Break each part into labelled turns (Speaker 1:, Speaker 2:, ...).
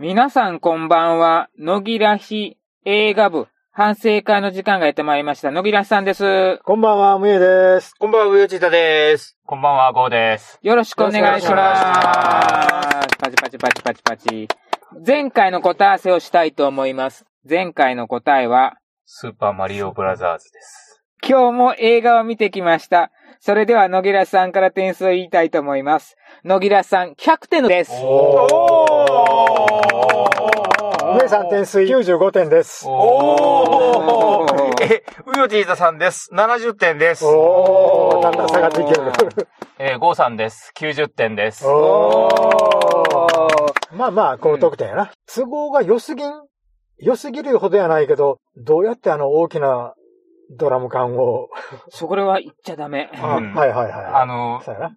Speaker 1: 皆さんこんばんは。野木らひ映画部反省会の時間がやってまいりました。野木らしさんです。
Speaker 2: こんばんは、むえです。
Speaker 3: こんばんは、ウヨチータです。
Speaker 4: こんばんは、ゴーです。
Speaker 1: よろしくお願いし
Speaker 2: よろしくお
Speaker 1: ます。パチパチパチパチパチ。前回の答え合わせをしたいと思います。前回の答えは、
Speaker 4: スーパーマリオブラザーズです。
Speaker 1: 今日も映画を見てきました。それでは野木らしさんから点数を言いたいと思います。野木らしさん100点です。
Speaker 4: お
Speaker 2: むえさん点数95点です。
Speaker 3: お
Speaker 1: おー
Speaker 3: ーえ、ウヨチータさんです。70点です。
Speaker 2: おー、だんだん下がっていける。
Speaker 4: えー、ゴーさんです。90点です。
Speaker 2: おー。
Speaker 1: おー
Speaker 2: まあまあ、高得点やな。都合が良すぎん良すぎるほどやないけど、どうやってあの大きなドラム缶を。
Speaker 1: そこらは言っちゃダメ。
Speaker 2: あ
Speaker 4: うん
Speaker 2: はいはいはい。
Speaker 4: あの、
Speaker 2: そうやな。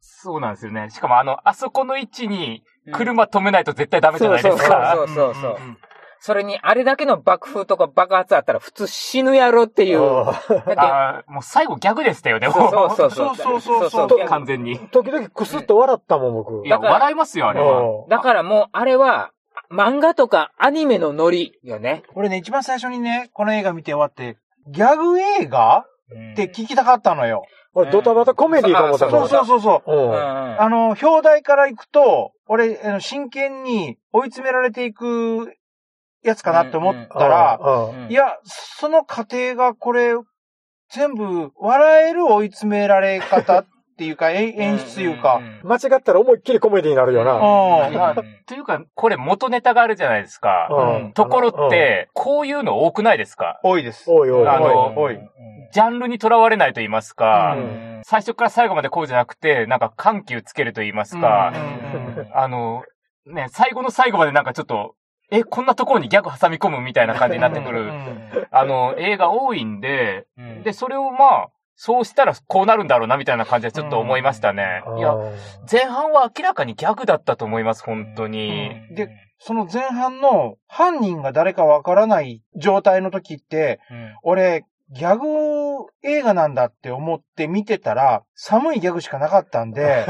Speaker 4: そうなんですよね。しかもあの、あそこの位置に車止めないと絶対ダメじゃないですか。
Speaker 1: そうそうそうそう
Speaker 4: うんうんうん
Speaker 1: それに、あれだけの爆風とか爆発あったら普通死ぬやろっていう。
Speaker 2: おー
Speaker 1: だって
Speaker 4: あーもう最後ギャグでしたよね、も
Speaker 1: そうそうそう。
Speaker 3: そうそうそう
Speaker 1: そう
Speaker 4: 完全に。い
Speaker 2: 時々クスッと笑ったもん、僕。
Speaker 4: や、
Speaker 1: だから
Speaker 4: 笑いますよ、あれは。
Speaker 2: おー
Speaker 1: だからもう、あれは、漫画とかアニメのノリよね。
Speaker 3: 俺ね、一番最初にね、この映画見て終わって、ギャグ映画って聞きたかったのよ。
Speaker 2: 俺ドタバタコメディーか思った
Speaker 3: そうそう
Speaker 2: う。
Speaker 3: そうそう。
Speaker 1: うん
Speaker 2: おー
Speaker 3: あの、表題から行くと、俺、あの真剣に追い詰められていくやつかなって思ったら、
Speaker 2: うん
Speaker 1: うん
Speaker 3: いや、その過程がこれ、全部、笑える追い詰められ方っていうか、え演出というか。
Speaker 2: 間違ったら思いっきりコメディーになるよな。
Speaker 3: うん
Speaker 4: まあというか、これ元ネタがあるじゃないですか。
Speaker 2: うん
Speaker 3: うん
Speaker 4: ところって、こういうの多くないですか
Speaker 3: 多いです。
Speaker 2: おいおい
Speaker 4: あ
Speaker 2: おい。
Speaker 4: の
Speaker 3: おい
Speaker 4: ジャンルにとらわれないと言いますか、
Speaker 3: うん
Speaker 4: 最初から最後までこうじゃなくて、なんか緩急つけると言いますか、あの、ね、最後の最後までなんかちょっと、え、こんなところにギャグ挟み込むみたいな感じになってくる、あの、映画多いんで、で、それをまあ、そうしたらこうなるんだろうなみたいな感じでちょっと思いましたね。いや、
Speaker 2: うん
Speaker 4: 前半は明らかにギャグだったと思います、本当に。
Speaker 3: で、その前半の犯人が誰かわからない状態の時って、俺、ギャグ映画なんだって思って見てたら、寒いギャグしかなかったんで、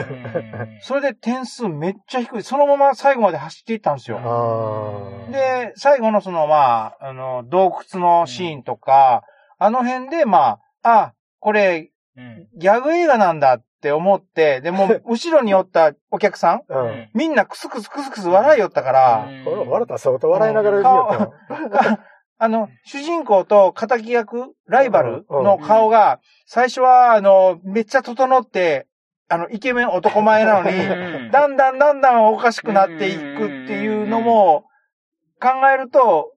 Speaker 3: それで点数めっちゃ低い。そのまま最後まで走っていったんですよ。
Speaker 2: あー
Speaker 3: で、最後のその、まあ、あの、洞窟のシーンとか、あの辺で、まあ、あ、これ、ギャグ映画なんだって思って、でもう、後ろにおったお客さん、
Speaker 2: うん。
Speaker 3: みんなクスクスクスクス笑いよったから、
Speaker 2: これ笑ったら相当笑いながら見よったよ
Speaker 3: あの、主人公と敵役、ライバルの顔が、最初は、あの、めっちゃ整って、あの、イケメン男前なの に、だんだんだんだんおかしくなっていくっていうのも、考えると、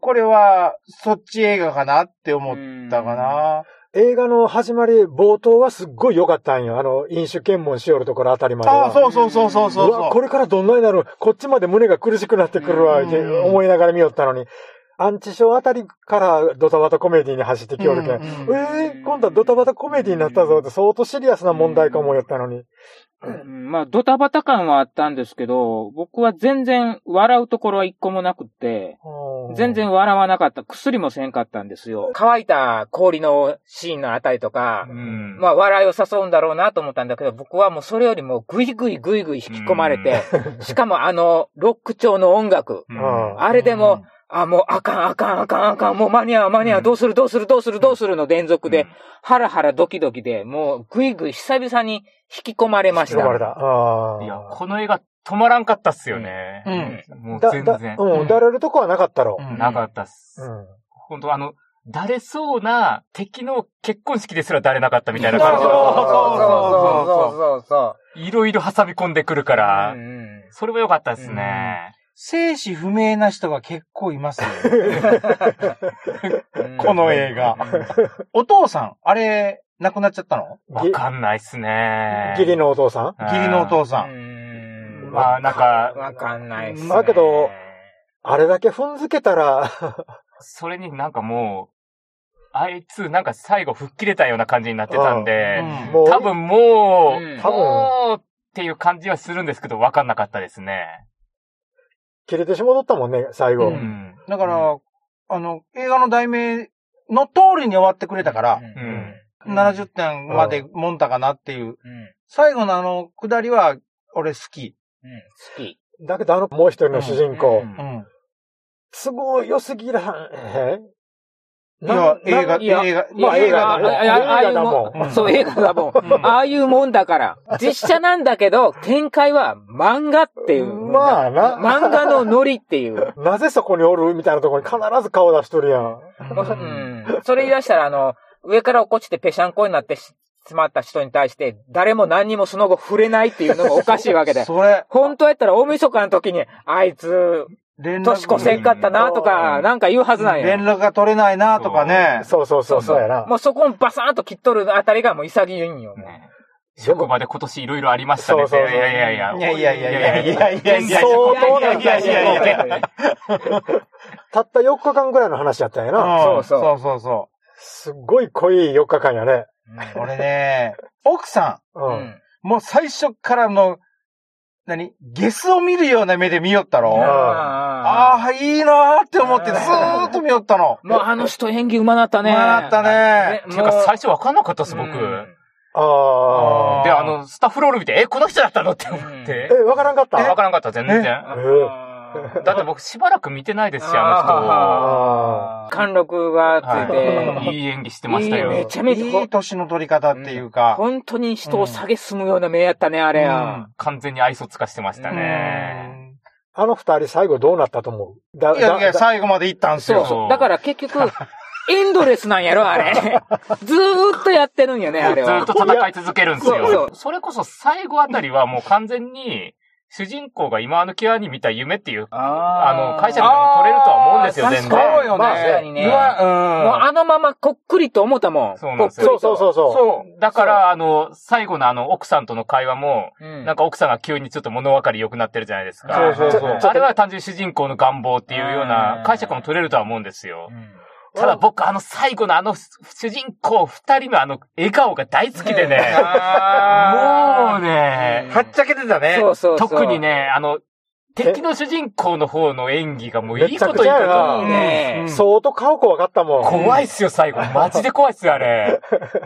Speaker 3: これは、そっち映画かなって思ったかな。
Speaker 2: 映画の始まり、冒頭はすっごい良かったんよ。あの、飲酒検問しよるところあたりまでは。
Speaker 3: ああ、そうそうそうそうそう
Speaker 2: うわ、これからどんなになるこっちまで胸が苦しくなってくるわ、
Speaker 3: うん
Speaker 2: って思いながら見よったのに。アンチショーあたりからドタバタコメディに走ってきよるけん。
Speaker 3: うんうん
Speaker 1: うん
Speaker 2: えー、今度はドタバタコメディになったぞって相当シリアスな問題か思いよったのに。
Speaker 1: うんまあ、ドタバタ感はあったんですけど、僕は全然笑うところは一個もなくって、全 然笑わなかった。薬もせんかったんですよ。乾いた氷のシーンのあたりとか、
Speaker 4: うん
Speaker 1: まあ笑いを誘うんだろうなと思ったんだけど、僕はもうそれよりもぐいぐいぐいぐい引き込まれて、しかもあの、ロック調の音楽。
Speaker 4: うん
Speaker 2: うん
Speaker 1: あれでも、あ、もうあかんあかんあかんあかん、もう間に合う間に合う、どうするどうするどうするどうするの連続で、ハラハラドキドキで、もうぐいぐい久々に引き込まれまし
Speaker 2: 引き込まれ
Speaker 1: た。
Speaker 2: た。あ
Speaker 4: いや、
Speaker 2: あ。
Speaker 4: この映画止まらんかったっすよね。
Speaker 3: う
Speaker 4: もう
Speaker 2: だ、
Speaker 4: 全
Speaker 2: だ
Speaker 4: 然、。
Speaker 2: うん、だれるとこはなかったろ。
Speaker 3: うん
Speaker 4: なかったっす。
Speaker 2: うん。
Speaker 4: 本当あの、だれそうな敵の結婚式ですらだれなかったみたいな
Speaker 1: そう
Speaker 4: 感
Speaker 1: そう
Speaker 4: じ
Speaker 1: そうそうそうそ
Speaker 4: いろいろ挟み込んでくるか
Speaker 1: う。
Speaker 4: ら
Speaker 1: う、ん
Speaker 4: それも良かったですね。
Speaker 3: 生死不明な人が結構いますよ。
Speaker 1: うん
Speaker 3: この映画。お父さん、あれ、亡くなっちゃったの
Speaker 4: わかんないっすね。
Speaker 2: 義理のお父さん
Speaker 4: うん。
Speaker 3: 義理のお父さ。
Speaker 1: うんん
Speaker 4: まあ、なんか、
Speaker 1: わかんないっすね。
Speaker 2: だけどあれだけ踏んづけたら、
Speaker 4: それになんかもう、あいつなんか最後吹っ切れたような感じになってたんで、
Speaker 3: うん
Speaker 2: もう、
Speaker 4: 多分もう、
Speaker 1: うん
Speaker 2: 多分
Speaker 4: もうっていう感じはするんですけど、わかんなかったですね。
Speaker 2: 切れてしもとったもんね、最後。
Speaker 3: う
Speaker 4: うんん。
Speaker 3: だから、あの、映画の題名の通りに終わってくれたから、
Speaker 4: ん
Speaker 3: 70点までもんたかなっていう。
Speaker 1: うん。
Speaker 3: 最後のあの、下りは、俺好き。
Speaker 1: うん。好き。
Speaker 2: だけどあのもう一人の主人公、
Speaker 4: うん
Speaker 3: うん。
Speaker 2: 都合良すぎらへん。
Speaker 3: いや、映画、
Speaker 1: いや
Speaker 3: 映画、
Speaker 2: まあ映画だ
Speaker 1: あ
Speaker 2: もん。
Speaker 1: ああああいう
Speaker 2: 映画だもん。
Speaker 3: うん
Speaker 1: そう、映画だもん。
Speaker 3: うん
Speaker 1: ああいうもんだから。実写なんだけど、展開は漫画っていう。
Speaker 2: まあな
Speaker 1: 漫画のノリっていう。
Speaker 2: なぜそこにおるみたいなところに必ず顔出しとるやん。
Speaker 1: もうそうんそれ言い出したら、あの、上から落っこちてぺしゃんこになってしまった人に対して、誰も何にもその後触れないっていうのもおかしいわけで。
Speaker 3: それ、
Speaker 1: 本当やったら大晦日の時に、あいつ、
Speaker 3: 連
Speaker 1: 年越せん
Speaker 3: 絡、
Speaker 1: かったなとか、なんか言うはずなん
Speaker 3: 連
Speaker 1: や。
Speaker 3: 絡が取れないなとかね。
Speaker 2: そうそうそう、そうやな。
Speaker 1: もうそこをバサーンと切っとるあたりがもう潔いんよね。
Speaker 4: 職場で今年いろいろありましたね。
Speaker 2: そうそうそう
Speaker 4: いやいやいや。
Speaker 3: いやいやいやいやいやいやいや
Speaker 2: 相当な
Speaker 1: やいやいやいやいやいや
Speaker 2: たった4日間ぐらいの話やったんやな。
Speaker 1: そううんそう
Speaker 3: そうそうそ
Speaker 2: すっごい濃い4日間やね。
Speaker 3: う。俺ね、奥さ
Speaker 2: う。
Speaker 1: うんん
Speaker 3: ん、もう最初からの、何ゲスを見るような目で見よった
Speaker 2: ん
Speaker 3: ろ
Speaker 1: あ
Speaker 3: ああ、いいなーって思ってずーっと見よったの。
Speaker 1: もうあの人演技うまなったね。
Speaker 3: うまなったね
Speaker 4: ていうか最
Speaker 1: 初
Speaker 4: 初わかんなかったです、僕。
Speaker 1: うん
Speaker 2: ああ。
Speaker 4: で、あ、の、スタッフロール見て、え、この人だったのって思って
Speaker 2: え、。わからんかっ
Speaker 4: わ
Speaker 2: た
Speaker 4: からんかった、全然。だって僕しばらく見てないですし、あ
Speaker 2: あ
Speaker 1: 貫禄がつ
Speaker 4: の
Speaker 1: い
Speaker 4: 人。
Speaker 1: て、
Speaker 4: はい、いい演技してました
Speaker 1: いいめ
Speaker 4: よ。
Speaker 1: ちゃめちゃ
Speaker 3: いい年の取り方っていうか。
Speaker 1: 本当に人を下げすむような目やったね、あれや。
Speaker 4: 完全に愛想つかしてましたね。
Speaker 2: あの二人最後どうなったと思うだ
Speaker 3: いやいや、
Speaker 2: だだ
Speaker 3: 最後まで行ったんす
Speaker 1: そう
Speaker 3: よ。
Speaker 1: そう。だから結局、エンドレスなんやろ、あれ。ずーっとやってるんよね、あれ
Speaker 4: ずっ
Speaker 1: は。
Speaker 4: と戦い続けるんです
Speaker 1: そうそ
Speaker 4: よ。それこそ最後あたりはもう完全に、主人公が今の際に見た夢っていう、あの、会社でも取れるとは思うんですよ、
Speaker 1: あー
Speaker 4: 全
Speaker 1: 確かに
Speaker 4: 然。
Speaker 3: そうよね。
Speaker 2: まあ確か
Speaker 1: にね
Speaker 3: うわ
Speaker 1: もうあのままこっくりと思ったもん。
Speaker 4: そうなんですよ
Speaker 2: そうそうそう
Speaker 3: うん。
Speaker 2: そう。
Speaker 3: そ
Speaker 4: だから、あの、最後のあの、奥さんとの会話も、
Speaker 1: うん
Speaker 4: なんか奥さんが急にちょっと物分かり良くなってるじゃないですか。
Speaker 3: そうそうそう
Speaker 4: はいあれは単純に主人公の願望っていうような解釈も取れるとは思うんですよ。ただ僕、あの最後のあの主人公二人のあの笑顔が大好きでね。もう
Speaker 3: う。
Speaker 4: ね、
Speaker 3: はっちゃけてたね。
Speaker 1: そうそうそう。
Speaker 4: 特にね、あの、敵の主人公の方の演技がもういいこと
Speaker 2: めち
Speaker 4: 言
Speaker 2: ゃ
Speaker 4: う
Speaker 2: くち
Speaker 4: け
Speaker 2: ゃや
Speaker 4: ど
Speaker 2: な、
Speaker 1: ね
Speaker 3: うん
Speaker 2: 相当顔怖かったもん。
Speaker 4: 怖いっすよ、最後。マジで怖いっすよ、あ れ。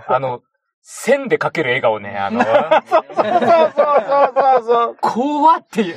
Speaker 4: あの、線でかける笑顔ね、あの、
Speaker 3: そうそうそうそうそう。
Speaker 4: 怖っていう。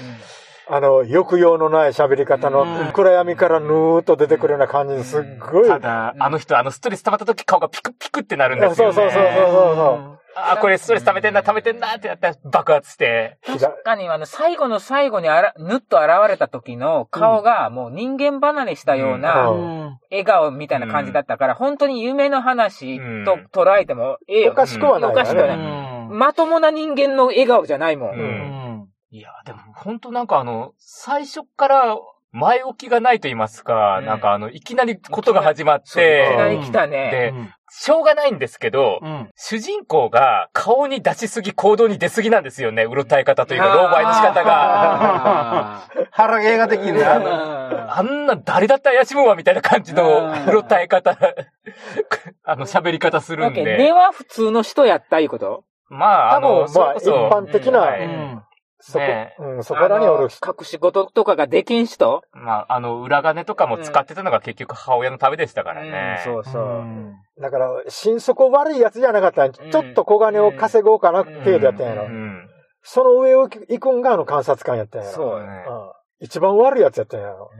Speaker 2: あの、抑揚のない喋り方
Speaker 3: うん
Speaker 2: の暗闇からぬーっと出てくるような感じにすっごい。
Speaker 4: ただ、あの人、あのストレス溜まった時顔がピクピクってなるん
Speaker 2: そ
Speaker 4: で
Speaker 2: う
Speaker 4: すよ
Speaker 2: そ
Speaker 4: ね。
Speaker 2: うそうそうそ
Speaker 4: あ、これストレス溜めてんな、溜めてんなってなったら爆発して。
Speaker 2: うそう。ひだ
Speaker 1: 確かに、あの、最後の最後にあら、ぬっと現れた時の顔が、もう人間離れしたよう
Speaker 2: う
Speaker 1: なん笑顔みたいな感じだったから、本当に夢の話と捉えてもええ
Speaker 2: お
Speaker 1: よ。
Speaker 2: かしくはない
Speaker 1: おかしくはな
Speaker 2: よね
Speaker 1: い。
Speaker 3: う
Speaker 1: まともな人間の笑顔じゃないもん。
Speaker 4: うん
Speaker 3: ん。
Speaker 4: いや、でも本当なんかあの、最初から前置きがないと言いますか、
Speaker 1: うん
Speaker 4: なんかあの、いきなりことが始まっ
Speaker 1: いきな
Speaker 4: て、
Speaker 1: り来た
Speaker 4: で
Speaker 1: ね。
Speaker 4: しょうがないんですけど、
Speaker 3: うん。
Speaker 4: 主人公が顔に出しすぎ、行動に出すぎなんですよね。うろたえ方というか、狼狽の仕方 が。
Speaker 1: が。
Speaker 3: 腹芸ができるな。
Speaker 4: あんな誰だって怪しむわ、みたいな感じ
Speaker 1: う
Speaker 4: の
Speaker 1: ん
Speaker 4: うろたえ方、 あの、喋り方する
Speaker 1: だ
Speaker 4: ん
Speaker 1: け根
Speaker 4: で。
Speaker 1: は普通の人やったいうこと
Speaker 4: まあ、あ
Speaker 2: 多
Speaker 4: の、
Speaker 2: 分、
Speaker 4: そ
Speaker 2: まあ
Speaker 4: れこ
Speaker 2: 一
Speaker 4: そ、
Speaker 2: 般的
Speaker 4: は
Speaker 2: な
Speaker 4: いううん
Speaker 3: ん。
Speaker 2: そこ
Speaker 4: ね、
Speaker 2: うん、そこらにおる人。
Speaker 1: あの隠し事とかができん人
Speaker 4: まあ、あの、裏金とかも使ってたのが結局母親のためでしたからね。
Speaker 1: そうそう。
Speaker 2: だから、心底悪いやつじゃなかったんや
Speaker 1: うん
Speaker 2: ちょっと小金を稼ごうかな程度やったんや
Speaker 4: う
Speaker 2: ろ。
Speaker 4: ん。
Speaker 2: その上を行くんがあの観察官やったんやろ。
Speaker 1: そうね。
Speaker 2: うん一番悪いやつやったんやろ。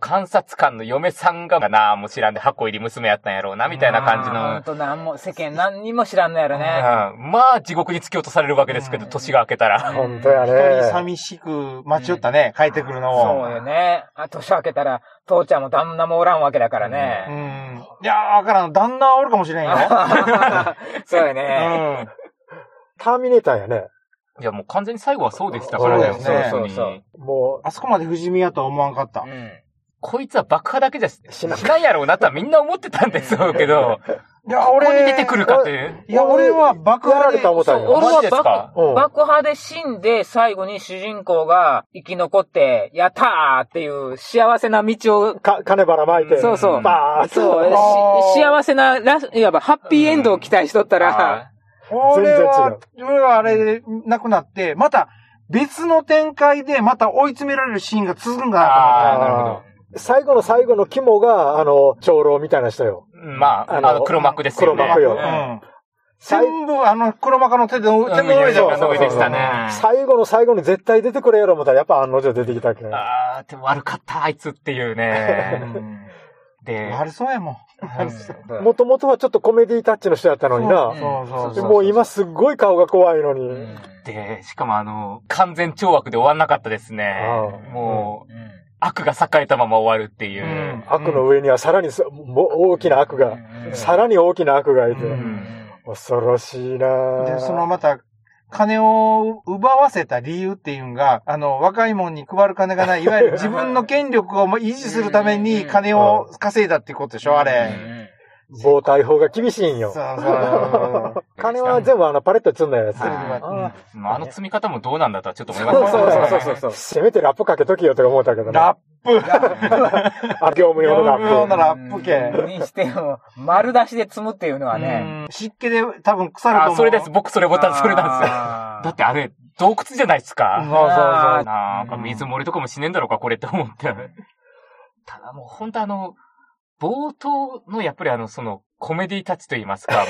Speaker 4: 観察官の嫁さんが、なあ、もう知らんで箱入り娘やったんやろうな、みたいな感じ
Speaker 1: あーほん
Speaker 4: の。
Speaker 1: となんも、世間何にも知らんのやろね。
Speaker 4: うんまあ、地獄に突き落とされるわけですけど、
Speaker 3: うん
Speaker 4: 年が明けたら。
Speaker 1: うん
Speaker 2: 本当や
Speaker 3: 一人
Speaker 2: ね。
Speaker 3: 寂しく待ちよったね、帰ってくるのを。
Speaker 1: そうよね。あ、年明けたら、父ちゃんも旦那もおらんわけだから
Speaker 3: う
Speaker 1: ね。
Speaker 3: ん。いやー、わからん。旦那はおるかもしれんよ。
Speaker 1: そうよね。
Speaker 2: ターミネーターやね。
Speaker 4: いや、もう完全に最後はそうでしたから
Speaker 3: そう
Speaker 4: ね、
Speaker 3: ですね
Speaker 4: 本当に
Speaker 1: そうそう
Speaker 2: も
Speaker 3: あそこまで不死身やとは思わんかった。
Speaker 4: こいつは爆破だけじゃし
Speaker 2: しなかった
Speaker 4: ないやろうなとはみんな思ってたんですけど、
Speaker 3: いや、
Speaker 4: こ
Speaker 3: 俺、
Speaker 4: こに出てくるかという。
Speaker 3: いや、俺は爆
Speaker 2: う、やら
Speaker 3: 破で
Speaker 2: れた思ったん
Speaker 1: そう
Speaker 2: や。
Speaker 1: 俺は
Speaker 4: マジですか
Speaker 2: うん
Speaker 1: 爆破で死んで、最後に主人公が生き残って、やったーっていう幸せな道を、
Speaker 2: か、金ばらまいて。
Speaker 1: そうそう
Speaker 2: バーッ
Speaker 1: そう、
Speaker 3: あー
Speaker 1: し幸せな、らいわばハッピーエンドを期待しとったら、
Speaker 3: 俺
Speaker 2: 全
Speaker 3: は、俺はあれで、なくなって、また、別の展開で、また追い詰められるシーンが続くんか
Speaker 4: ああ、
Speaker 3: な
Speaker 4: なるほど。
Speaker 2: 最後の最後の肝が、あの、長老みたいな人よ。
Speaker 4: まあ、あ
Speaker 2: あ
Speaker 4: の、
Speaker 2: の
Speaker 4: 黒幕ですよね。
Speaker 2: 黒幕
Speaker 3: と
Speaker 2: よ
Speaker 3: 思った。全部あの黒幕の手で、手の
Speaker 4: う
Speaker 3: 上で
Speaker 4: んそうそうそうでしたね
Speaker 2: 最後の最後に絶対出てくれやろ思ったら、やっぱ案の定出てきたけど。
Speaker 4: あー、でも悪かった、あいつっていうね。で、
Speaker 3: 悪そうやもん。
Speaker 2: もともとはちょっとコメディタッチの人やったのに
Speaker 3: そ
Speaker 2: な
Speaker 3: う。そう
Speaker 2: で
Speaker 3: そう。
Speaker 2: もう今すっごい顔が怖いのに。
Speaker 4: で、しかもあの、完全懲悪で終わんなかったですね
Speaker 2: ああ。
Speaker 4: もう、悪が栄えたまま終わるっていう。
Speaker 3: うん
Speaker 2: 悪の上にはさらにそも大きな悪が、さらに大きな悪がいて。
Speaker 3: うん
Speaker 2: 恐ろしいな
Speaker 3: で、そのまた、金を奪わせた理由っていうのが、あの、若いもんに配る金がない、いわゆ る自分の権力をもう維持するために金を稼いだってことでしょ、あれ。
Speaker 2: 防対法が厳しいんよ
Speaker 3: そう。 そう。
Speaker 2: 金は全部あのパレットに積んだやつ。
Speaker 4: はい
Speaker 2: あ
Speaker 4: まああの積み方もどうなんだとはちょっと思いま
Speaker 2: あ
Speaker 4: す
Speaker 2: そ
Speaker 4: け
Speaker 2: う
Speaker 4: ど
Speaker 2: そうそうそう
Speaker 4: ね
Speaker 2: そうせめてラップかけときよとか思ったけどな。
Speaker 3: ラップ。
Speaker 2: あ、業務用のラ
Speaker 3: 業務
Speaker 2: ッ
Speaker 3: 用のラップ系
Speaker 1: うんにしても、丸出しで積むっていうのはね。
Speaker 3: うん湿気で多分腐ると思
Speaker 4: あ、
Speaker 3: う。
Speaker 4: それです。僕それボタンそれなんですよ。
Speaker 1: あー
Speaker 4: だってあれ、洞窟じゃないです
Speaker 3: そうそう
Speaker 4: か。
Speaker 3: そう。
Speaker 4: なんか水漏れとかもしねえんだろうか、これって思って。ただもう本当あの、冒頭のやっぱりあの、その、コメディタッチと言いますか、もう、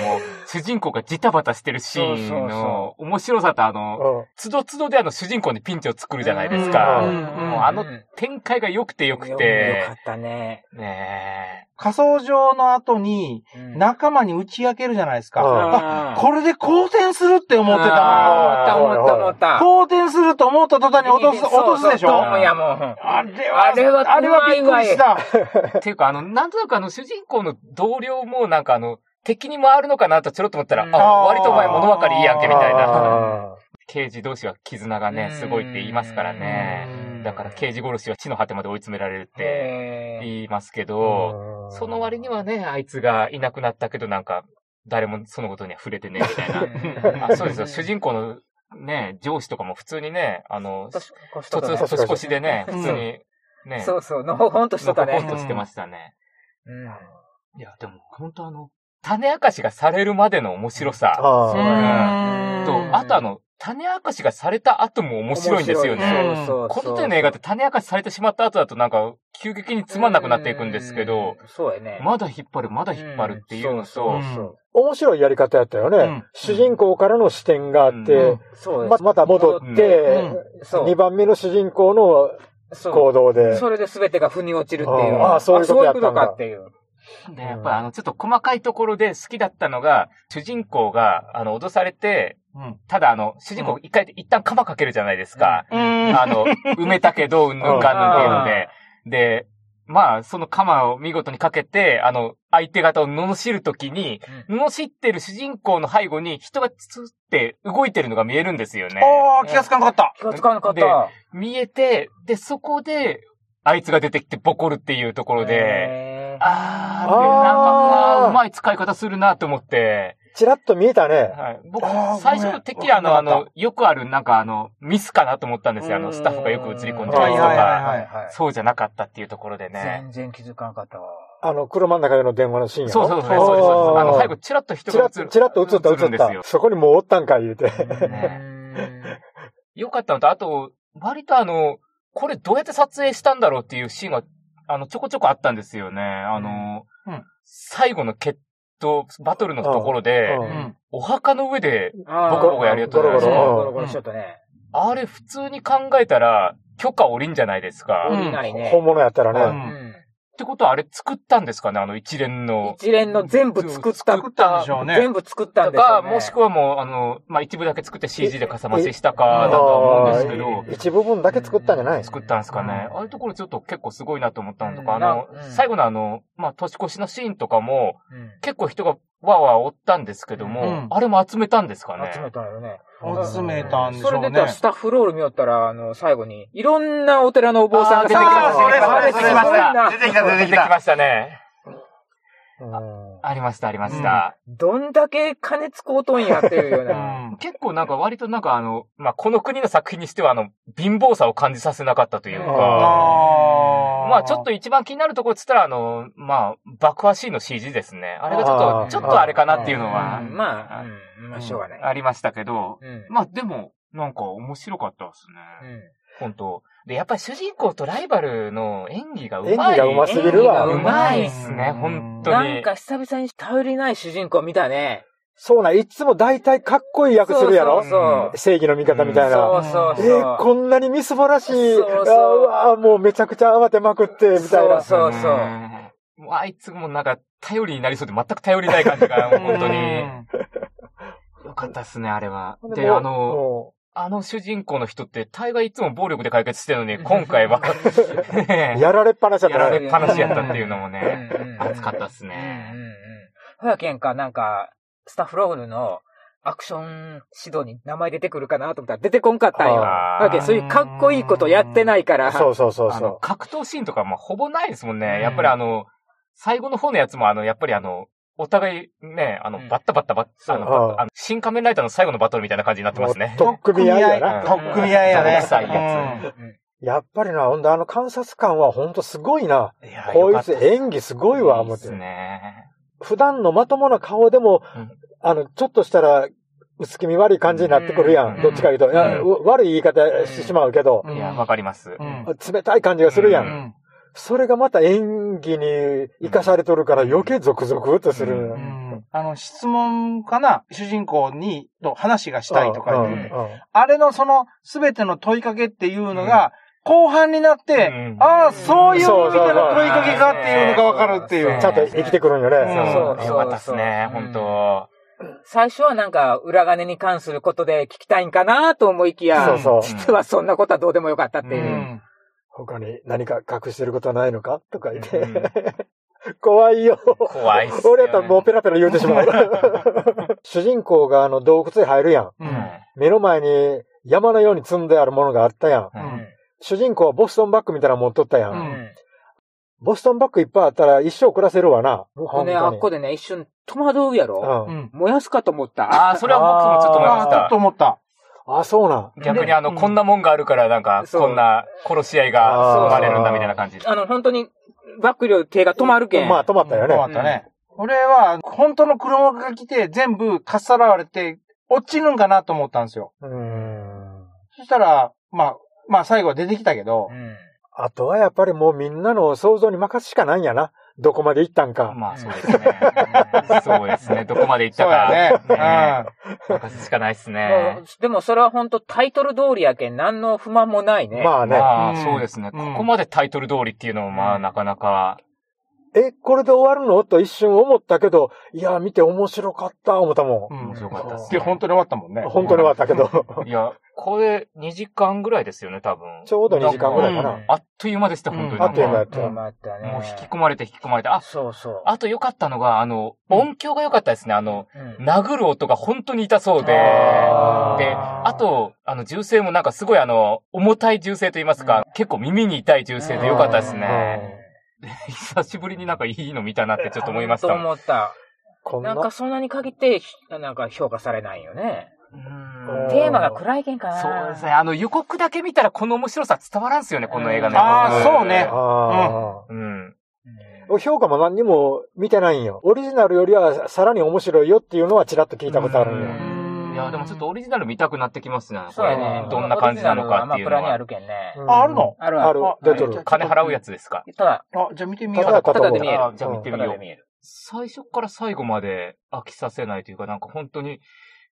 Speaker 4: 主人公がジタバタしてるシーン
Speaker 1: そうそう
Speaker 4: の
Speaker 1: そ
Speaker 4: 面白さとあの、
Speaker 2: プ。
Speaker 4: つどつどであの主人公にピンチを作るじゃないです
Speaker 2: うん
Speaker 4: か。
Speaker 3: うん
Speaker 4: もうあの展開が良くて良く
Speaker 1: よか
Speaker 4: て
Speaker 1: っ、たね。
Speaker 4: ね
Speaker 3: 仮想上の後に、
Speaker 1: うん
Speaker 3: 仲間に打ち明けるじゃないですか。
Speaker 2: うん
Speaker 3: あ、これで好転するって思ってた
Speaker 2: あー
Speaker 3: の
Speaker 1: あー思った思った思っ
Speaker 3: 好転すると思った途
Speaker 1: た。
Speaker 3: 端に落とす、落とすでし
Speaker 1: そう
Speaker 3: ょ
Speaker 1: そうどうもやもん。
Speaker 3: あれ
Speaker 1: あれは
Speaker 3: あれはびっくりした。
Speaker 4: え。っていうか、あの、なんとなくあの主人公の同僚もなんかあの、敵に回るのかなとちょろっと思ったら、
Speaker 1: うん
Speaker 4: あ、割とお前物分かりいいやんけみたいな。
Speaker 2: な。
Speaker 4: 刑事同士は絆がね
Speaker 1: う、ん
Speaker 4: すごいって言いますからね。
Speaker 1: うん
Speaker 4: だから刑事殺しは地の果てまで追い詰められるって
Speaker 1: え
Speaker 4: 言いますけ
Speaker 2: う
Speaker 4: ど、
Speaker 2: ん
Speaker 4: その割にはね、あいつがいなくなったけどなんか、誰もそのことには触れてね、みたいな。
Speaker 1: ー
Speaker 4: あそうですよ。主人公のね、上司とかも普通にね、あの、
Speaker 1: 年越しと
Speaker 4: 突
Speaker 1: か
Speaker 4: 然
Speaker 1: ね
Speaker 4: 年越しでね、
Speaker 3: う
Speaker 4: 普
Speaker 3: ん
Speaker 4: 通にね、
Speaker 1: そうそう、のほほんとしと
Speaker 4: の
Speaker 1: った
Speaker 4: ここ
Speaker 1: ね
Speaker 4: ん。としてましたね。
Speaker 1: うん
Speaker 4: いや、でも本当あの、種明かしがされるまでの面白さ
Speaker 2: あ
Speaker 1: そうだ
Speaker 2: あ。
Speaker 1: ね
Speaker 4: と、
Speaker 1: うん
Speaker 4: あとあの、種明かしがされた後も面白いんですよ
Speaker 1: 面白い
Speaker 4: ね。
Speaker 1: そうそうそう
Speaker 4: この手の映画って種明かしされてしまった後だとなんか、急激につまんなくなっていくんですけど、
Speaker 1: うん、そうやね。
Speaker 4: まだ引っ張る、まだ引っ張るっていうの
Speaker 1: そ
Speaker 4: と
Speaker 1: う、そう
Speaker 2: 面白いやり方やったよ
Speaker 3: う
Speaker 2: ね
Speaker 3: ん。
Speaker 2: 主人公からの視点があっ
Speaker 4: う
Speaker 2: て、
Speaker 1: そう
Speaker 2: ままた戻
Speaker 1: て
Speaker 2: って、
Speaker 1: そう。
Speaker 2: 2番目の主人公の
Speaker 1: そう
Speaker 2: 行動で。
Speaker 1: それで全てが腑に落ちるっていう。
Speaker 2: あーあーそういうことやったんだ
Speaker 1: あそういうことかっていう。
Speaker 4: で、やっぱりあの、ちょっと細かいところで好きだったのが、主人公が、あの、脅されて、ただあの、主人公一回、一旦カバかけるじゃないですか。
Speaker 3: うん。
Speaker 4: あの、埋めたけど、うんぬんかんぬんっていうので。で、まあ、そのカマを見事にかけて、あの、相手方を罵るときに、罵ってる主人公の背後に人がつって動いてるのが見えるんですよね。
Speaker 3: おー、気がつかなかった。
Speaker 1: 気がつかなかっ
Speaker 4: で
Speaker 1: た。
Speaker 4: 見えて、で、そこで、あいつが出てきてボコるっていうところで、
Speaker 1: へー
Speaker 4: あー、
Speaker 2: あ
Speaker 4: でなんか、
Speaker 2: ー
Speaker 4: うわーうまい使い方するなと思って、
Speaker 2: チラッと見えたね。
Speaker 4: はい、僕
Speaker 3: あー、
Speaker 4: 最
Speaker 3: ごめ
Speaker 4: 初
Speaker 3: ん
Speaker 4: 的にあの、
Speaker 3: わか
Speaker 4: あ
Speaker 3: んなかった
Speaker 4: の、よくある、なんかあの、ミスかなと思ったんですよ。あの、スタッフがよく映り込んでる
Speaker 2: はい
Speaker 4: やつと
Speaker 2: はい
Speaker 3: はい
Speaker 4: か、
Speaker 3: はい
Speaker 4: そうじゃなかったっていうところでね。
Speaker 1: 全然気づかなかったわ。
Speaker 2: あの、車の中での電話のシーンや
Speaker 4: そうそうそうです、
Speaker 2: あー
Speaker 4: そうです。そうですあの、最後、チラッと人
Speaker 2: チ
Speaker 4: が
Speaker 2: ラ
Speaker 4: 映
Speaker 2: ッ、
Speaker 4: る。
Speaker 2: チラッと映った、
Speaker 4: るん
Speaker 2: 映っ
Speaker 4: ですよ
Speaker 2: た。。そこにもうおったんか言うて。
Speaker 4: ね
Speaker 1: ね
Speaker 4: よかったのと、あと、割とあの、これどうやって撮影したんだろうっていうシーンが、あの、ちょこちょこあったんですよね。あの、
Speaker 3: うんうん
Speaker 4: 最後の決闘、バトルのところで、
Speaker 2: うん
Speaker 3: うん
Speaker 4: お墓の上で、
Speaker 1: あー
Speaker 4: ゴロゴロやるやつ
Speaker 1: ゴロゴロ
Speaker 2: うん
Speaker 1: ゴロゴロしちゃったね。
Speaker 4: あれ普通に考えたら、許可おりんじゃないですか。
Speaker 1: 降
Speaker 3: ん
Speaker 1: りないね。
Speaker 2: 本物やった
Speaker 4: う
Speaker 2: ら
Speaker 4: ん
Speaker 2: ね。
Speaker 4: ってことはあれ作ったんですかねあの一連
Speaker 1: うん
Speaker 4: の。
Speaker 1: 一連の全部作った。
Speaker 4: 作
Speaker 3: 作ったんでしょうね。
Speaker 1: 全部作ったん
Speaker 4: と
Speaker 1: でしょ
Speaker 4: か、
Speaker 1: うね。
Speaker 4: もしくはもう、あの、まあ、一部だけ作って CG でかさ増ししたか、だとは思うんですけど、
Speaker 2: 一部分だけ作ったんじゃない
Speaker 4: 作ったんですかね。ああいうところちょっと結構すごいなと思ったのとか、
Speaker 1: う
Speaker 4: あ
Speaker 1: ん
Speaker 4: の
Speaker 1: なう、ん
Speaker 4: 最後のあの、まあ、年越しのシーンとかも、
Speaker 1: うん
Speaker 4: 結構人がわーわー追ったんですけども、
Speaker 3: うん
Speaker 4: あれも集めたんですかね。
Speaker 1: 集めたよね。
Speaker 3: 集めたんでしょ
Speaker 1: そう
Speaker 3: ね
Speaker 1: れでたらスタッフロール見よったら、あの、最後に、いろんなお寺のお坊さんが出てきましたね
Speaker 3: あ
Speaker 1: あ
Speaker 3: ー
Speaker 1: れ
Speaker 3: そ
Speaker 1: す
Speaker 3: れ
Speaker 1: ごい
Speaker 3: それそれ
Speaker 1: な。
Speaker 3: てきた、
Speaker 4: 出てきましたね。
Speaker 2: うん
Speaker 4: ありました、ありました。
Speaker 1: どんだけ金使うとんやっていうよう
Speaker 3: う
Speaker 1: な。
Speaker 3: ん。
Speaker 4: 結構なんか割となんかあの、まあ、この国の作品にしてはあの、貧乏さを感じさせなかったというか、
Speaker 3: あー
Speaker 4: まあちょっと一番気になるところっつったらあの、まあ、爆破シーンの CG ですね。あれがちょ
Speaker 2: あ
Speaker 4: っ
Speaker 2: ー
Speaker 4: と、ちょっとあれかなっていうのは
Speaker 1: う、んまあ、うんまあ、しょうがない。
Speaker 4: ありましたけど、
Speaker 1: うん
Speaker 4: まあでも、なんか面白かったです
Speaker 1: う
Speaker 4: ね。
Speaker 1: ん
Speaker 4: 本当で、やっぱり主人公とライバルの演技がうまい。
Speaker 2: 演技がうますぎる
Speaker 1: 演
Speaker 2: わ。
Speaker 1: 技がう
Speaker 4: う
Speaker 1: ま
Speaker 4: ま
Speaker 1: い
Speaker 4: い
Speaker 1: っ
Speaker 4: っ
Speaker 1: す
Speaker 4: す
Speaker 3: ね
Speaker 4: ね、
Speaker 3: 本
Speaker 4: 本
Speaker 3: 当
Speaker 4: 当
Speaker 1: なん
Speaker 4: に。
Speaker 1: か久々に頼りない主人公見たね。
Speaker 2: そうなん、いつも大体かっこいい役するやろ
Speaker 1: そうそう
Speaker 2: 正義の味方みたいな。
Speaker 1: そうそう
Speaker 2: え
Speaker 1: そう。
Speaker 2: ーこんなにみすぼらしい。
Speaker 1: そうそう
Speaker 2: あーうわーもうめちゃくちゃ慌てまくって、みたいな。
Speaker 1: そうそう。
Speaker 4: んもうあいつもなんか頼りになりそうで全く頼りない感じが、もう本当に。よかったっすね、あれは。で、あの、
Speaker 2: の、
Speaker 4: あの主人公の人って、大概いつも暴力で解決してるのに、今回は、
Speaker 2: うん
Speaker 4: ね
Speaker 2: やられっぱなしだ
Speaker 4: え
Speaker 2: っ
Speaker 4: や
Speaker 2: た
Speaker 4: ら
Speaker 2: ね
Speaker 4: れっぱなしやったっていうのも
Speaker 1: うん
Speaker 4: ね、
Speaker 1: うんうん
Speaker 4: 熱かったっす
Speaker 1: う
Speaker 4: ね。
Speaker 1: んうんうん。ほやけんか、なんか、スタッフロールのアクション指導に名前出てくるかなと思ったら出てこんかったんよ。
Speaker 4: あー
Speaker 1: ほやけん、そういうかっこいいことやってないから。
Speaker 2: そうそうそう
Speaker 4: あの、
Speaker 2: そ
Speaker 4: 格闘シーンとかもほぼないですもんね。
Speaker 1: うん
Speaker 4: やっぱりあの、最後の方のやつもあの、やっぱりあの、お互いね、あの
Speaker 1: う、ん
Speaker 4: バッタバッタバッタ、あの
Speaker 2: そう
Speaker 4: ばあの、新仮面ライダーの最後のバトルみたいな感じになって
Speaker 2: う。
Speaker 4: ますね。
Speaker 2: とっくみ合いや
Speaker 4: う
Speaker 2: な。
Speaker 4: ん
Speaker 3: 特組合やね。
Speaker 4: 泥臭いや
Speaker 2: やっぱりな、ほんであの観察官はほんとすごいな。
Speaker 4: いや
Speaker 2: こ
Speaker 4: よか
Speaker 2: い
Speaker 4: っ
Speaker 2: つ
Speaker 4: た
Speaker 2: 演技すごいわ、思っ
Speaker 4: いいっす
Speaker 2: て。
Speaker 4: ね。
Speaker 2: 普段のまともな顔でも
Speaker 4: うん、
Speaker 2: あの、ちょっとしたら、薄気味悪い感じになってくるや。
Speaker 4: うんん
Speaker 2: どっちか言うと。いや
Speaker 4: う
Speaker 2: 悪い言い方してしまうけど、
Speaker 3: うん
Speaker 4: いや、わかります。
Speaker 3: うん
Speaker 2: 冷たい感じがするや。
Speaker 4: うん
Speaker 2: それがまた演技に活かされとるから余計ゾクゾクっとす
Speaker 4: う
Speaker 2: る
Speaker 3: う。んあの、質問かな主人公に、と話がしたいとか言って
Speaker 1: うん
Speaker 3: あれのその、すべての問いかけっていうのが、後半になって
Speaker 4: う、ん
Speaker 3: ああ、そういう意
Speaker 2: そう
Speaker 3: 味
Speaker 2: そ
Speaker 3: で
Speaker 2: うそう
Speaker 3: の問いかけかっていうのがわかるってい
Speaker 1: そうう
Speaker 3: う
Speaker 2: ち。ゃんと生きてくるんよ
Speaker 3: うん
Speaker 2: ね。
Speaker 4: そ
Speaker 1: そう
Speaker 4: う、よかったっすね、
Speaker 1: そうそう
Speaker 4: 本当
Speaker 1: 最初はなんか、裏金に関することで聞きたいんかなと思いきや、
Speaker 2: そうそう。
Speaker 1: 実はそんなことはどうでもよかったって
Speaker 3: う
Speaker 1: いう。
Speaker 3: ん
Speaker 2: 他に何か隠してることはないのかとか言
Speaker 4: う
Speaker 2: って
Speaker 4: ん。
Speaker 2: 怖いよ。
Speaker 4: 怖いっすよね
Speaker 2: 俺やったらもうペラペラ言うてしまう。主人公があの洞窟へ入るやん。
Speaker 3: う
Speaker 4: うん
Speaker 3: ん
Speaker 2: 目の前に山のように積んであるものがあったやん。
Speaker 4: うん
Speaker 3: うん
Speaker 2: 主人公はボストンバッグみたいなの持っとったやん。
Speaker 3: うん
Speaker 2: ボストンバッグいっぱいあったら一生暮らせるわな。
Speaker 1: 僕ね、あっこでね、一瞬戸惑うやろ。
Speaker 2: うん
Speaker 3: うん
Speaker 1: 燃やすかと思った。
Speaker 4: ああ、それは僕もちょっと思いま
Speaker 3: あ
Speaker 4: し
Speaker 3: あ、ちょったと。思った。
Speaker 2: あ、そうなん。
Speaker 4: 逆にあの、
Speaker 3: うん
Speaker 4: こんなもんがあるから、なんか、
Speaker 1: そう
Speaker 4: こんな殺し合いが生まれるんだみたいな感じで。
Speaker 1: あの、本当に、バック量手が止まるけん。
Speaker 2: まあ止まったよね。
Speaker 3: 困ったね。俺は、本当の黒幕が来て、全部かっさらわれて、落ちるんかなと思ったんですよ。
Speaker 2: うーん。
Speaker 3: そしたら、まあ、まあ最後は出てきたけど
Speaker 1: う、ん
Speaker 2: あとはやっぱりもうみんなの想像に任すしかないんやな。どこまで行ったんか。
Speaker 4: まあ、そうですね。そうですね。どこまで行っ
Speaker 3: そ
Speaker 4: た
Speaker 3: うや
Speaker 4: か。
Speaker 3: ね。うん
Speaker 4: ね任せしかないっすね
Speaker 1: も。うでもそれは本当タイトル通りやけん、何の不満もないね。
Speaker 2: まあね。
Speaker 4: まあ、
Speaker 3: うん
Speaker 4: そうですね。こ
Speaker 3: うん
Speaker 4: こまでタイトル通りっていうのも、まあ、なかなか。
Speaker 2: え、これで終わるのと一瞬思ったけど、いや、見て面白かった、思ったもん。
Speaker 3: うん
Speaker 4: 面白かったっすね
Speaker 3: で、本当に終わったもんね。
Speaker 2: 本当に終わったけど。
Speaker 4: いや、これ、2時間ぐらいですよね、多分。
Speaker 2: ちょうど2時間ぐらいかな。
Speaker 1: うん
Speaker 4: あっという間でした、本当に。
Speaker 2: あっという間や
Speaker 4: な
Speaker 2: っ
Speaker 4: ん
Speaker 2: た。
Speaker 1: またね。
Speaker 4: かもう引き込まれて引き込まれて。あ、
Speaker 1: そうそう。
Speaker 4: あと良かったのが、あの、音響が良かったですね。あの、
Speaker 1: うん
Speaker 4: 殴る音が本当に痛そうで、で、
Speaker 1: あ
Speaker 2: ー
Speaker 4: あと、あの、銃声もなんかすごいあの、重たい銃声と言いますか、結構耳に痛い銃声で良かったですね。 久しぶりになんかいいの見たなってちょっと思いました
Speaker 1: と
Speaker 4: もん。
Speaker 1: 思った。
Speaker 2: こん
Speaker 1: な
Speaker 2: なん
Speaker 1: かそんなに限って、なんか評価されないよね。
Speaker 4: うん
Speaker 2: うん
Speaker 1: テーマが暗いけんかな。
Speaker 4: そうですね。あの、予告だけ見たらこの面白さ伝わらんすよね、この映画ね。
Speaker 3: ああ、そうね。
Speaker 2: あ
Speaker 4: うん。
Speaker 1: うん。
Speaker 2: あ。評価も何にも見てないんよ。オリジナルよりはさらに面白いよっていうのはちらっと聞いたことあるんよ。
Speaker 4: うん
Speaker 3: うん
Speaker 4: いや、でもちょっとオリジナル見たくなってきますね。
Speaker 1: そうやね
Speaker 2: う。ん
Speaker 4: どんな感じなのかっていうの
Speaker 1: アマプラにあ
Speaker 4: は。
Speaker 1: るけんね。
Speaker 2: うん
Speaker 3: あ、あるの
Speaker 1: ある
Speaker 2: あ
Speaker 1: あ
Speaker 2: る
Speaker 1: る。、
Speaker 2: 出てる。
Speaker 4: 金払うやつですか。
Speaker 1: ただ、
Speaker 3: あ、じゃあ見てみ
Speaker 2: た
Speaker 3: よ
Speaker 2: だ
Speaker 3: う。
Speaker 2: 片方
Speaker 1: 片手で見える
Speaker 4: あじゃあ見て
Speaker 1: た
Speaker 4: み
Speaker 1: だ
Speaker 4: よ
Speaker 1: で
Speaker 4: う。
Speaker 1: 見える。
Speaker 4: 最初から最後まで飽きさせないというか、なんか本当に、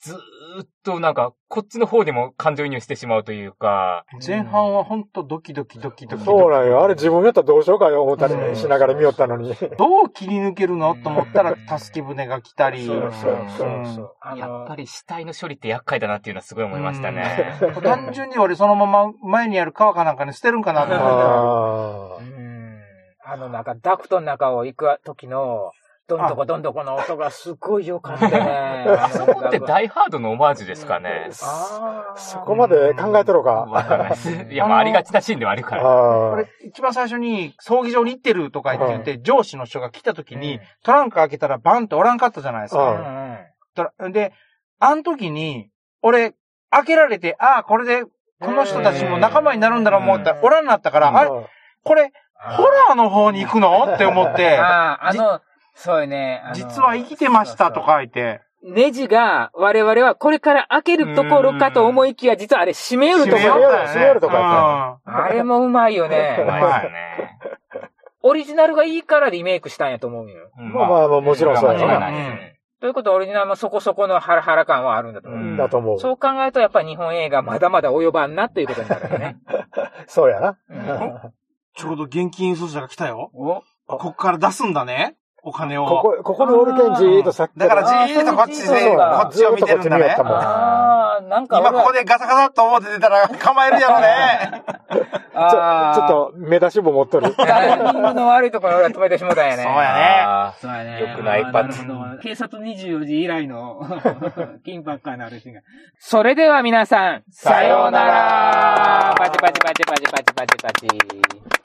Speaker 4: ずーっとなんか、こっちの方でも感情移入してしまうというか、
Speaker 3: 前半は本当ドキドキドキドキ。
Speaker 2: そうなんよ。あれ自分やったらどうしようかよ思ったりしながら見よったのに。
Speaker 3: どう切り抜けるのと思ったら、助け舟が来たり。
Speaker 1: そうそうそうそうう。あ
Speaker 4: やっ
Speaker 1: の
Speaker 4: ぱ、り死体の処理って厄介だなっていうのはすごい思いましたね。
Speaker 3: 単純に俺そのまま前にある川かなんかに捨てるんかなと思ったら。
Speaker 2: あ
Speaker 1: う
Speaker 2: ー
Speaker 1: んあの、なんか、ダクトの中を行く時の、どんどこどんどこの音がすごい良かったね。
Speaker 4: あそこって
Speaker 1: 大
Speaker 4: ダイハードのオマージュですかね。
Speaker 1: あー
Speaker 2: そこまで考えとろ
Speaker 4: わかんないで
Speaker 2: か。
Speaker 4: すいや、まあありがちなシーンではあるから。
Speaker 2: あ
Speaker 3: 俺、一番最初に、葬儀場に行ってるとか言って言って、上司の人が来た時
Speaker 1: う
Speaker 3: に
Speaker 1: ん、
Speaker 3: トランク開けたらバンっておらんかったじゃないです
Speaker 2: う
Speaker 3: か。
Speaker 1: うんんうん。
Speaker 3: トラで、あの時に、俺、開けられて、ああ、これで、この人たちも仲間になるんだろう思ったら、
Speaker 1: うん
Speaker 3: おらんなったから、あれ、
Speaker 2: うん
Speaker 3: これ、ホラーの方に行くのって思って、
Speaker 1: ああ、あの、そうよね。あの
Speaker 3: 実は生きてましたと。
Speaker 1: そう
Speaker 3: か言って、
Speaker 1: そうネジが、我々はこれから開けるところかと思いきや、実はあれ閉めよるとこ
Speaker 2: 閉めよ
Speaker 1: ろ。
Speaker 2: る閉めようとか言
Speaker 3: か
Speaker 1: あれもうまいよ
Speaker 4: うま
Speaker 1: ね。
Speaker 4: いですよね。
Speaker 1: オリジナルがいいからリメイクしたんやと思うよ。
Speaker 4: うん
Speaker 2: まあまあ、もちろんそうや
Speaker 4: 間違い
Speaker 2: な
Speaker 4: な。いですね。
Speaker 1: ということは、オリジナルもそこそこのハラハラ感はあるんだと思う。
Speaker 4: うん
Speaker 2: だと思う。
Speaker 1: そう考えると、やっぱり日本映画まだまだ及ばんなっていうことになるよね。
Speaker 2: そうやな。
Speaker 1: うん
Speaker 3: ちょうど現金輸送車が来たよ。
Speaker 1: お
Speaker 3: ここから出すんだね。お金を。
Speaker 2: ここ、ここのオルケンジーとさっき
Speaker 3: だからじ
Speaker 1: あー
Speaker 3: ーっとこっち
Speaker 1: そういう
Speaker 3: で、
Speaker 1: ことか
Speaker 3: こっちを見てるんだ
Speaker 2: ずー
Speaker 3: ね
Speaker 2: っとこっち見よった。もん
Speaker 1: ああ、なんか
Speaker 3: 今
Speaker 1: 俺は
Speaker 3: ここでガサガサっと思って出たら構えるやろね。
Speaker 2: ちょ
Speaker 1: あー
Speaker 2: ちょっと目出しも持っとる。
Speaker 1: タイミングの悪いところ俺は止めてしもたんや ね。
Speaker 3: そうやね。
Speaker 4: あ
Speaker 5: そうやね。
Speaker 4: よくない一発
Speaker 5: あーなるほど警察24時以来 の金ばっかなるしが。
Speaker 1: それでは皆さん、
Speaker 4: さような
Speaker 1: らパチパチパチパチパチパチパチ。